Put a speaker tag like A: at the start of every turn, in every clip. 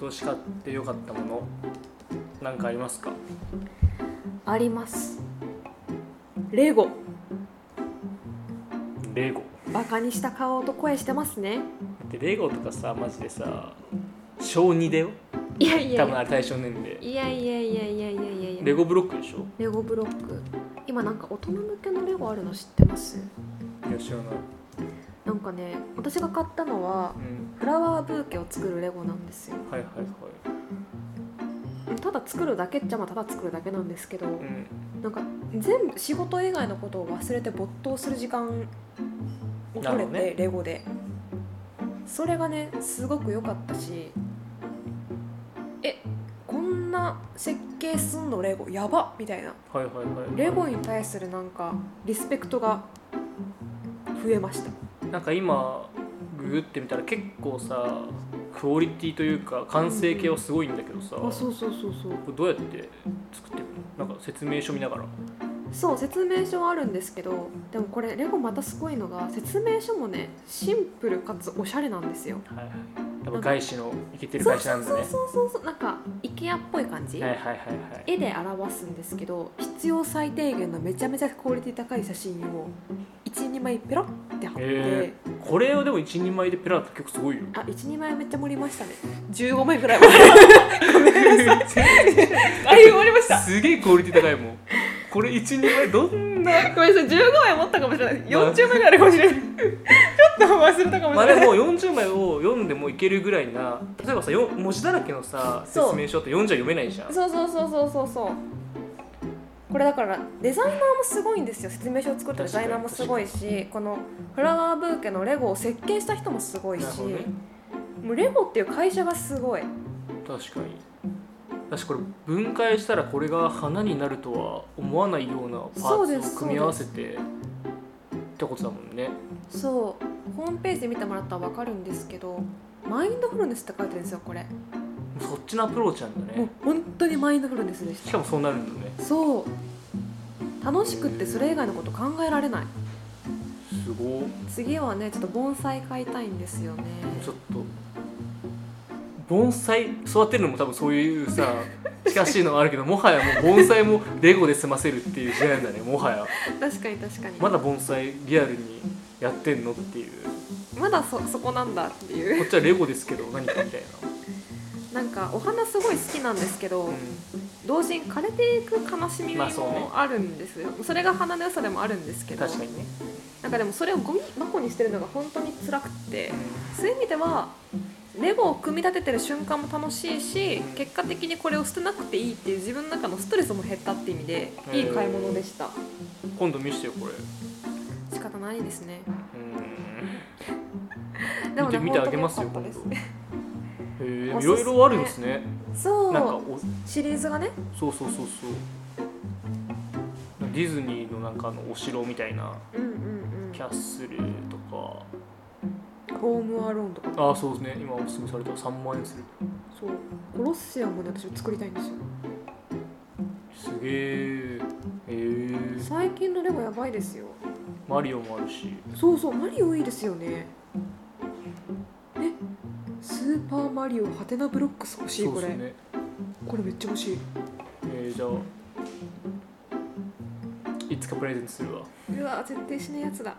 A: 年買って良かったものなんかありますか
B: ありますレゴ
A: レゴ
B: バカにした顔と声してますね
A: でレゴとかさマジでさ小2だよ
B: いやいや
A: 多
B: い
A: 分
B: や
A: あれ対象年齢
B: いやいやいやいやいやいやいや
A: レゴブロックでしょ
B: レゴブロック今なんか大人向けのレゴあるの知ってます
A: いや知らない、
B: なんかね私が買ったのは
A: うん、
B: フラワーブーケを作るレゴなんですよ
A: はいはいはい
B: ただ作るだけっちゃまあただ作るだけなんですけど、
A: うん
B: なんか全部仕事以外のことを忘れて没頭する時間を
A: な
B: 取
A: るほど
B: れて、
A: ね
B: レゴでそれがねすごく良かったしえこんな設計すんのレゴやばみたいな
A: はいはいはい
B: レゴに対するなんかリスペクトが増えました
A: なんか今ググってみたら結構さクオリティというか完成形はすごいんだけどさ、
B: あそうそうそうそう
A: これどうやって作ってるのなんか説明書見ながら
B: そう説明書はあるんですけどでもこれレゴまたすごいのが説明書もねシンプルかつおしゃれなんですよ
A: はいはいやっぱ外資のイケてる会社なんですね
B: そうそうそうそうなんか IKEA っぽい感じ、
A: はいはいはいはい
B: 絵で表すんですけど必要最低限のめちゃめちゃクオリティ高い写真を12枚ペロッて貼って、
A: へこれをでも一人前でペラって結構すごいよ
B: あ12枚めっちゃ盛りましたね15枚ぐらい盛りましたごめ んなさいあれ盛りました
A: すげえクオリティ高い もんこれ一人前どんな
B: ごめんなさい15枚持ったかもしれない40枚ぐらいあるかもしれないちょっと忘れたか
A: ま
B: もし
A: あ
B: れ
A: で
B: ない、
A: も40枚を読んでもいけるぐらいな例えばさよ文字だらけのさ説
B: そう
A: 明書って読んじゃ読めないじゃん
B: そうそうそうそうそうそうこれだからデザイナーもすごいんですよ説明書を作ったデザイナーもすごいしこのフラワーブーケのレゴを設計した人もすごいし
A: なるほどね
B: もうレゴっていう会社がすごい
A: 確かに私これ分解したらこれが花になるとは思わないようなパ
B: そう
A: ーツ
B: で
A: を
B: す
A: 組み合わせてってことだもんね
B: そうホームページで見てもらったら分かるんですけどマインドフルネスって書いてるんですよこれ
A: そっちのアプローチなんだ
B: もう
A: ね
B: 本当にマインドフルネスでし
A: しかもそうなるんだね
B: たそう楽しくってそれ以外のこと考えられない
A: すごい
B: 次はねちょっと盆栽買いたいんですよね
A: ちょっと盆栽育てるのも多分そういう さ近しいのはあるけどもはやもう盆栽もレゴで済ませるっていう時代なんだねもはや
B: 確かに確かに
A: まだ盆栽リアルにやってんのっていう
B: まだそそこなんだっていう
A: こっちはレゴですけど何かみたい
B: なんかお花すごい好きなんですけど、
A: な、うん、
B: 同時に枯れていく悲しみ
A: まあそうね
B: もあるんですよ、それが花の良さでもあるんですけど
A: 確かにね、
B: なんかでもそれをゴミ箱にしてるのが本当に辛くてそういう意味ではレゴを組み立ててる瞬間も楽しいし
A: うん
B: 結果的にこれを捨てなくていいっていう自分の中のストレスも減ったって意味でいい買い物でした
A: うん今度見せてよこれ
B: 仕方ないですね
A: う
B: でも
A: 見て
B: ね
A: 見てあげますよ
B: 本当に良かった
A: 今
B: で
A: んへえ
B: おすすめ
A: いろいろあるんですね
B: す
A: なんか
B: そう
A: お
B: シリーズがね
A: そうそうそうそうディズニーのなんかあのお城みたいな
B: うんうん
A: キャッスルとか
B: うんホームアローンとか
A: ああそうですね今おすすめされた3万円する
B: そうコロッセアムで私作りたいんですよ
A: すげえへえ
B: 最近のレゴやばいですよ
A: マリオもあるし
B: そうそうマリオいいですよねえスーパーマリオハテナブロックス欲しい
A: そう
B: こ
A: で
B: れ、
A: すね
B: これめっちゃ欲しい
A: えー、じゃあいつかプレゼントするわ
B: うわ絶対しないやつだ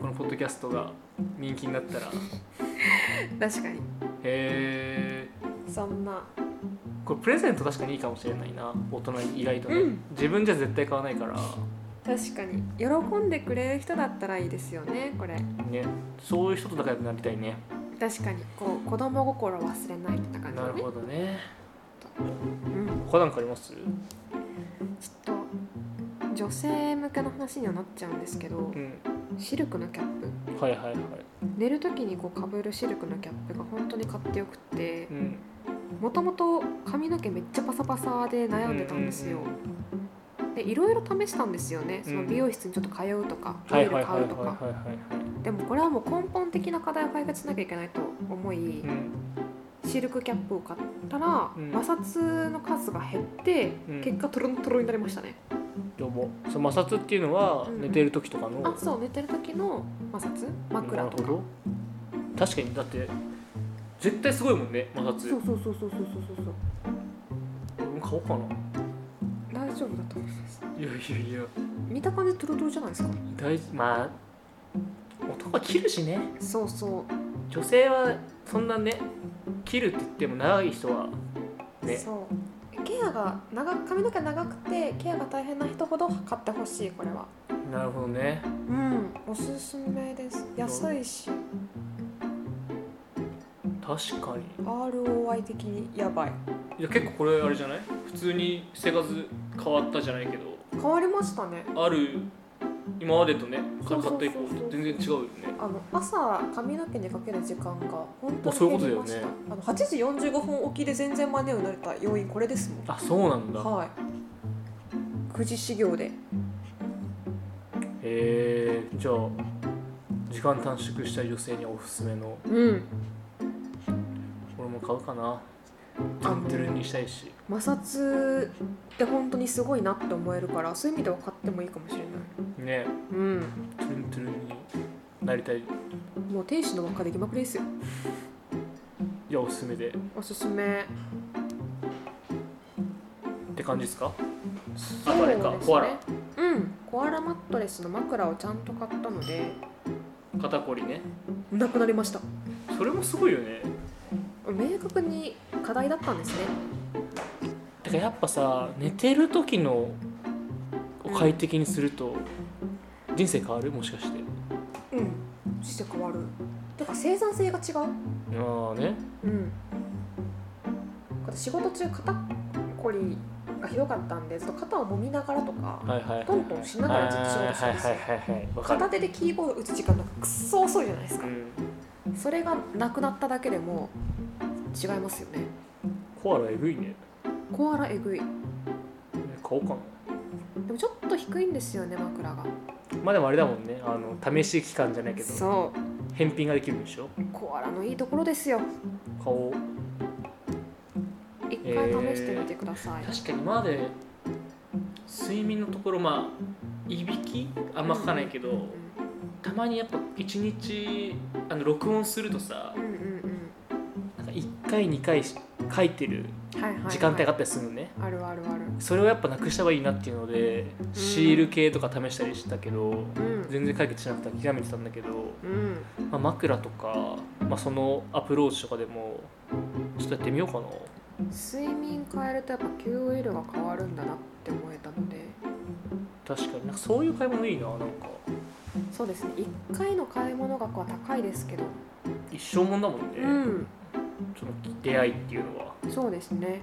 A: このポッドキャストが人気になったらへ
B: 確かに
A: え
B: そんな
A: これプレゼント確かにいいかもしれないな大人に意外とね、
B: うん
A: 自分じゃ絶対買わないから
B: 確かに喜んでくれる人だったらいいですよねこれ
A: ねそういう人と仲良くなりたいね
B: 確かにこう子供心を忘れないって感じ
A: な
B: だ
A: る
B: ね
A: ほどね
B: うん、
A: 他なんかあります
B: ちょっと女性向けの話にはなっちゃうんですけど
A: うん
B: シルクのキャップ
A: はいはいはい
B: 寝る時にこうかぶるシルクのキャップが本当に買ってよくって
A: うん
B: もともと髪の毛めっちゃパサパサで悩んでたんですよ、
A: うううん
B: でいろいろ試したんですよねその美容室にちょっと通うとかオ
A: はい
B: イル
A: はいはい
B: 買
A: はいう
B: とか
A: はいはい
B: でもこれはもう根本的な課題を解決しなきゃいけないと思い
A: うん
B: シルクキャップを買ったら
A: うん
B: 摩擦の数が減って
A: うん
B: 結果トロントロになりましたね
A: どうもその摩擦っていうのは
B: うん
A: 寝てる時とかの
B: あそう寝てる時の摩擦枕と
A: なるほ
B: か
A: ど確かにだって絶対すごいもんね摩
B: そ
A: 擦
B: うそうそうそうそうそうそうそう
A: 俺も買おうかな
B: 大丈夫だと思います
A: いやいやいや
B: 見た感じトロトロじゃないですか
A: 大事まあ男は切るしね
B: そうそう
A: 女性はそんなね切るって言っても長い人はね
B: そうケアが長く髪の毛長くてケアが大変な人ほど買ってほしいこれは
A: なるほどね
B: うんおすすめです安いし
A: 確かに
B: ROI 的にやばい
A: いや結構これあれじゃない普通に生活変わったじゃないけど
B: 変わりましたね
A: ある今までとね
B: そ
A: 買
B: うそう
A: っ
B: そうそう
A: た以降と全然違うよね
B: あの朝髪の毛にかける時間が本当
A: あそういう
B: に
A: ことだ
B: 減り
A: よ
B: ま
A: ね
B: したあの8時45分起きで全然マネを慣れた要因これですもん
A: あそうなんだへ
B: はい9時始業で
A: えじゃあ時間短縮したい女性にはおすすめの
B: うん
A: 俺も買うかな
B: あ
A: トゥ
B: の
A: ルントゥルンにしたいし
B: 摩擦って本当にすごいなって思えるからそういう意味では買ってもいいかもしれない
A: ね
B: うん
A: トゥルントゥルンになりたいい
B: もう天使の輪っかできまくりですよ
A: やおすすめでっ
B: おすすめ
A: て感じですか
B: そ
A: あ
B: う
A: とあれ
B: です
A: か
B: ね
A: コアラ
B: うんコアラマットレスの枕をちゃんと買ったので
A: 肩こりね
B: なくなりました
A: それもすごいよね
B: 明確に課題だったんですね
A: だからやっぱさ寝てる時のを快適にすると人生変わるもしかして
B: うん姿勢変わるてか生産性が違う
A: ああね
B: うん仕事中肩こりがひどかったんでずっと肩を揉みながらとか
A: はいはいはい
B: トントンしながらずっと仕事して
A: はい
B: るんです
A: は
B: よ
A: いはいはいはいわかる
B: 片手でキーボード打つ時間なんかくっそ遅いじゃないです
A: う
B: か
A: ん
B: それがなくなっただけでも違いますよね
A: コアラえぐいね
B: コアラえぐい
A: え買おうかな
B: でもちょっと低いんですよね枕が
A: まあでもあれだもんねあの試し期間じゃないけど
B: そ
A: 返品ができるんでしょ
B: うコアラのいいところですよ
A: 買おう
B: 一回試してみてください、
A: 確かに今まで睡眠のところまあいびきあんま書かないけど、たまにやっぱ一日あの録音するとさ
B: うん、うんうん
A: なんか1回2回し書いてる
B: うんはいはい、はい、
A: 時間帯があったりするのね、
B: あるあるある
A: それをやっぱなくした方がいいなっていうので、シール系とか試したりしたけど
B: うん
A: 全然解決しなくて諦めてたんだけど、
B: うん
A: まあ、枕とか、まあ、そのアプローチとかでもちょっとやってみようかな
B: 睡眠変えるとやっぱ QOL が変わるんだなって思えたので
A: 確かになんかそういう買い物いいななんか
B: そうですね1回の買い物額は高いですけど、
A: 一生もんだもんね、
B: うん
A: その出会いっていうのは
B: そうですね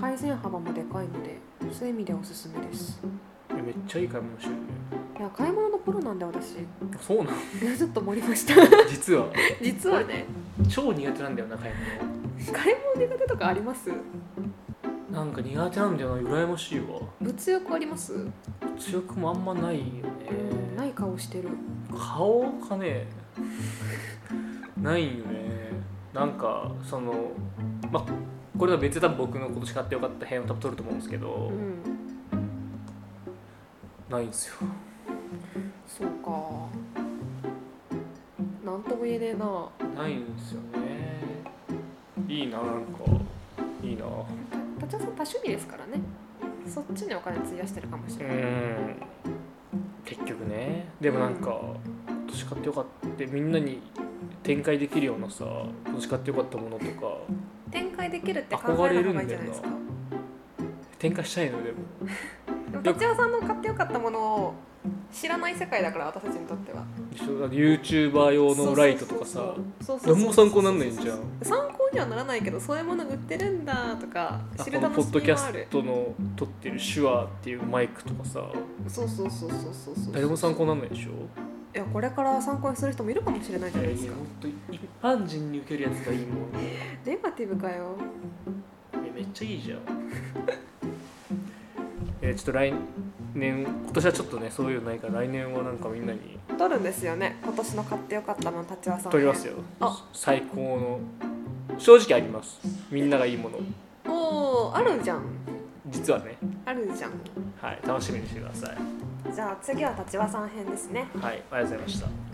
B: 改善幅もでかいのでそういう意味でおすすめです
A: えめっちゃいい買い物してるね
B: いや買い物のプロなんで私
A: あそうなの
B: ちょっと盛りました
A: 実は
B: 実はね
A: 超苦手なんだよな買い
B: 買い物苦手とかあります
A: 物なんか苦手なんだよな羨ましいわ
B: 物欲あります、
A: 強くもあんまないよね、
B: うん、ない顔してる
A: 顔がねないんよねなんかそのまあこれは別に多分僕の今年買ってよかった編を多分撮ると思うんですけど、
B: うん
A: ないんですよ
B: そうかなんとも言えねえな
A: ないんですよねいいななんかいいなう
B: たちさん多趣味ですからねそっちにお金費やしてるかもしれない、
A: ん結局ねでもなんか今年買ってよかったってみんなに展開できるようなさ今年買ってよかったものとか
B: 展開できるって考
A: 憧
B: え
A: れる
B: た方
A: んだよ
B: がい
A: ない
B: じゃないですか
A: 展開したいのでも
B: でも達也さんの買ってよかったものを知らない世界だから私たちにとっては
A: 一緒だ YouTuber 用のライトとかさ
B: そうそうそうそう
A: 何も参考になんないんじゃん
B: 参考にはならないけどそういうもの売ってるんだとか
A: あ
B: 知
A: こ
B: る
A: の
B: 楽
A: ポ
B: し
A: ッドキ
B: み
A: ャ
B: もあ
A: ス
B: る
A: トの撮ってる手話っていうマイクとかさ
B: そうそうそうそうそうそう
A: 誰も参考になんないでしょ
B: いやこれから参考にする人もいるかもしれないじゃないですか
A: っと一般人に受けるやつがいいもん
B: ネガティブかよ
A: めっちゃいいじゃん えーちょっと来年今年はちょっとねそういうのないから来年はなんかみんなに
B: 撮るんですよね今年の買ってよかったもの達也さん
A: 撮りますよ
B: あ
A: 最高の正直ありますみんながいいもの
B: おおあるじゃん
A: 実はね
B: あるじゃん
A: はい楽しみにしてください
B: じゃあ次は立場さん編ですね。
A: はいありがとうございました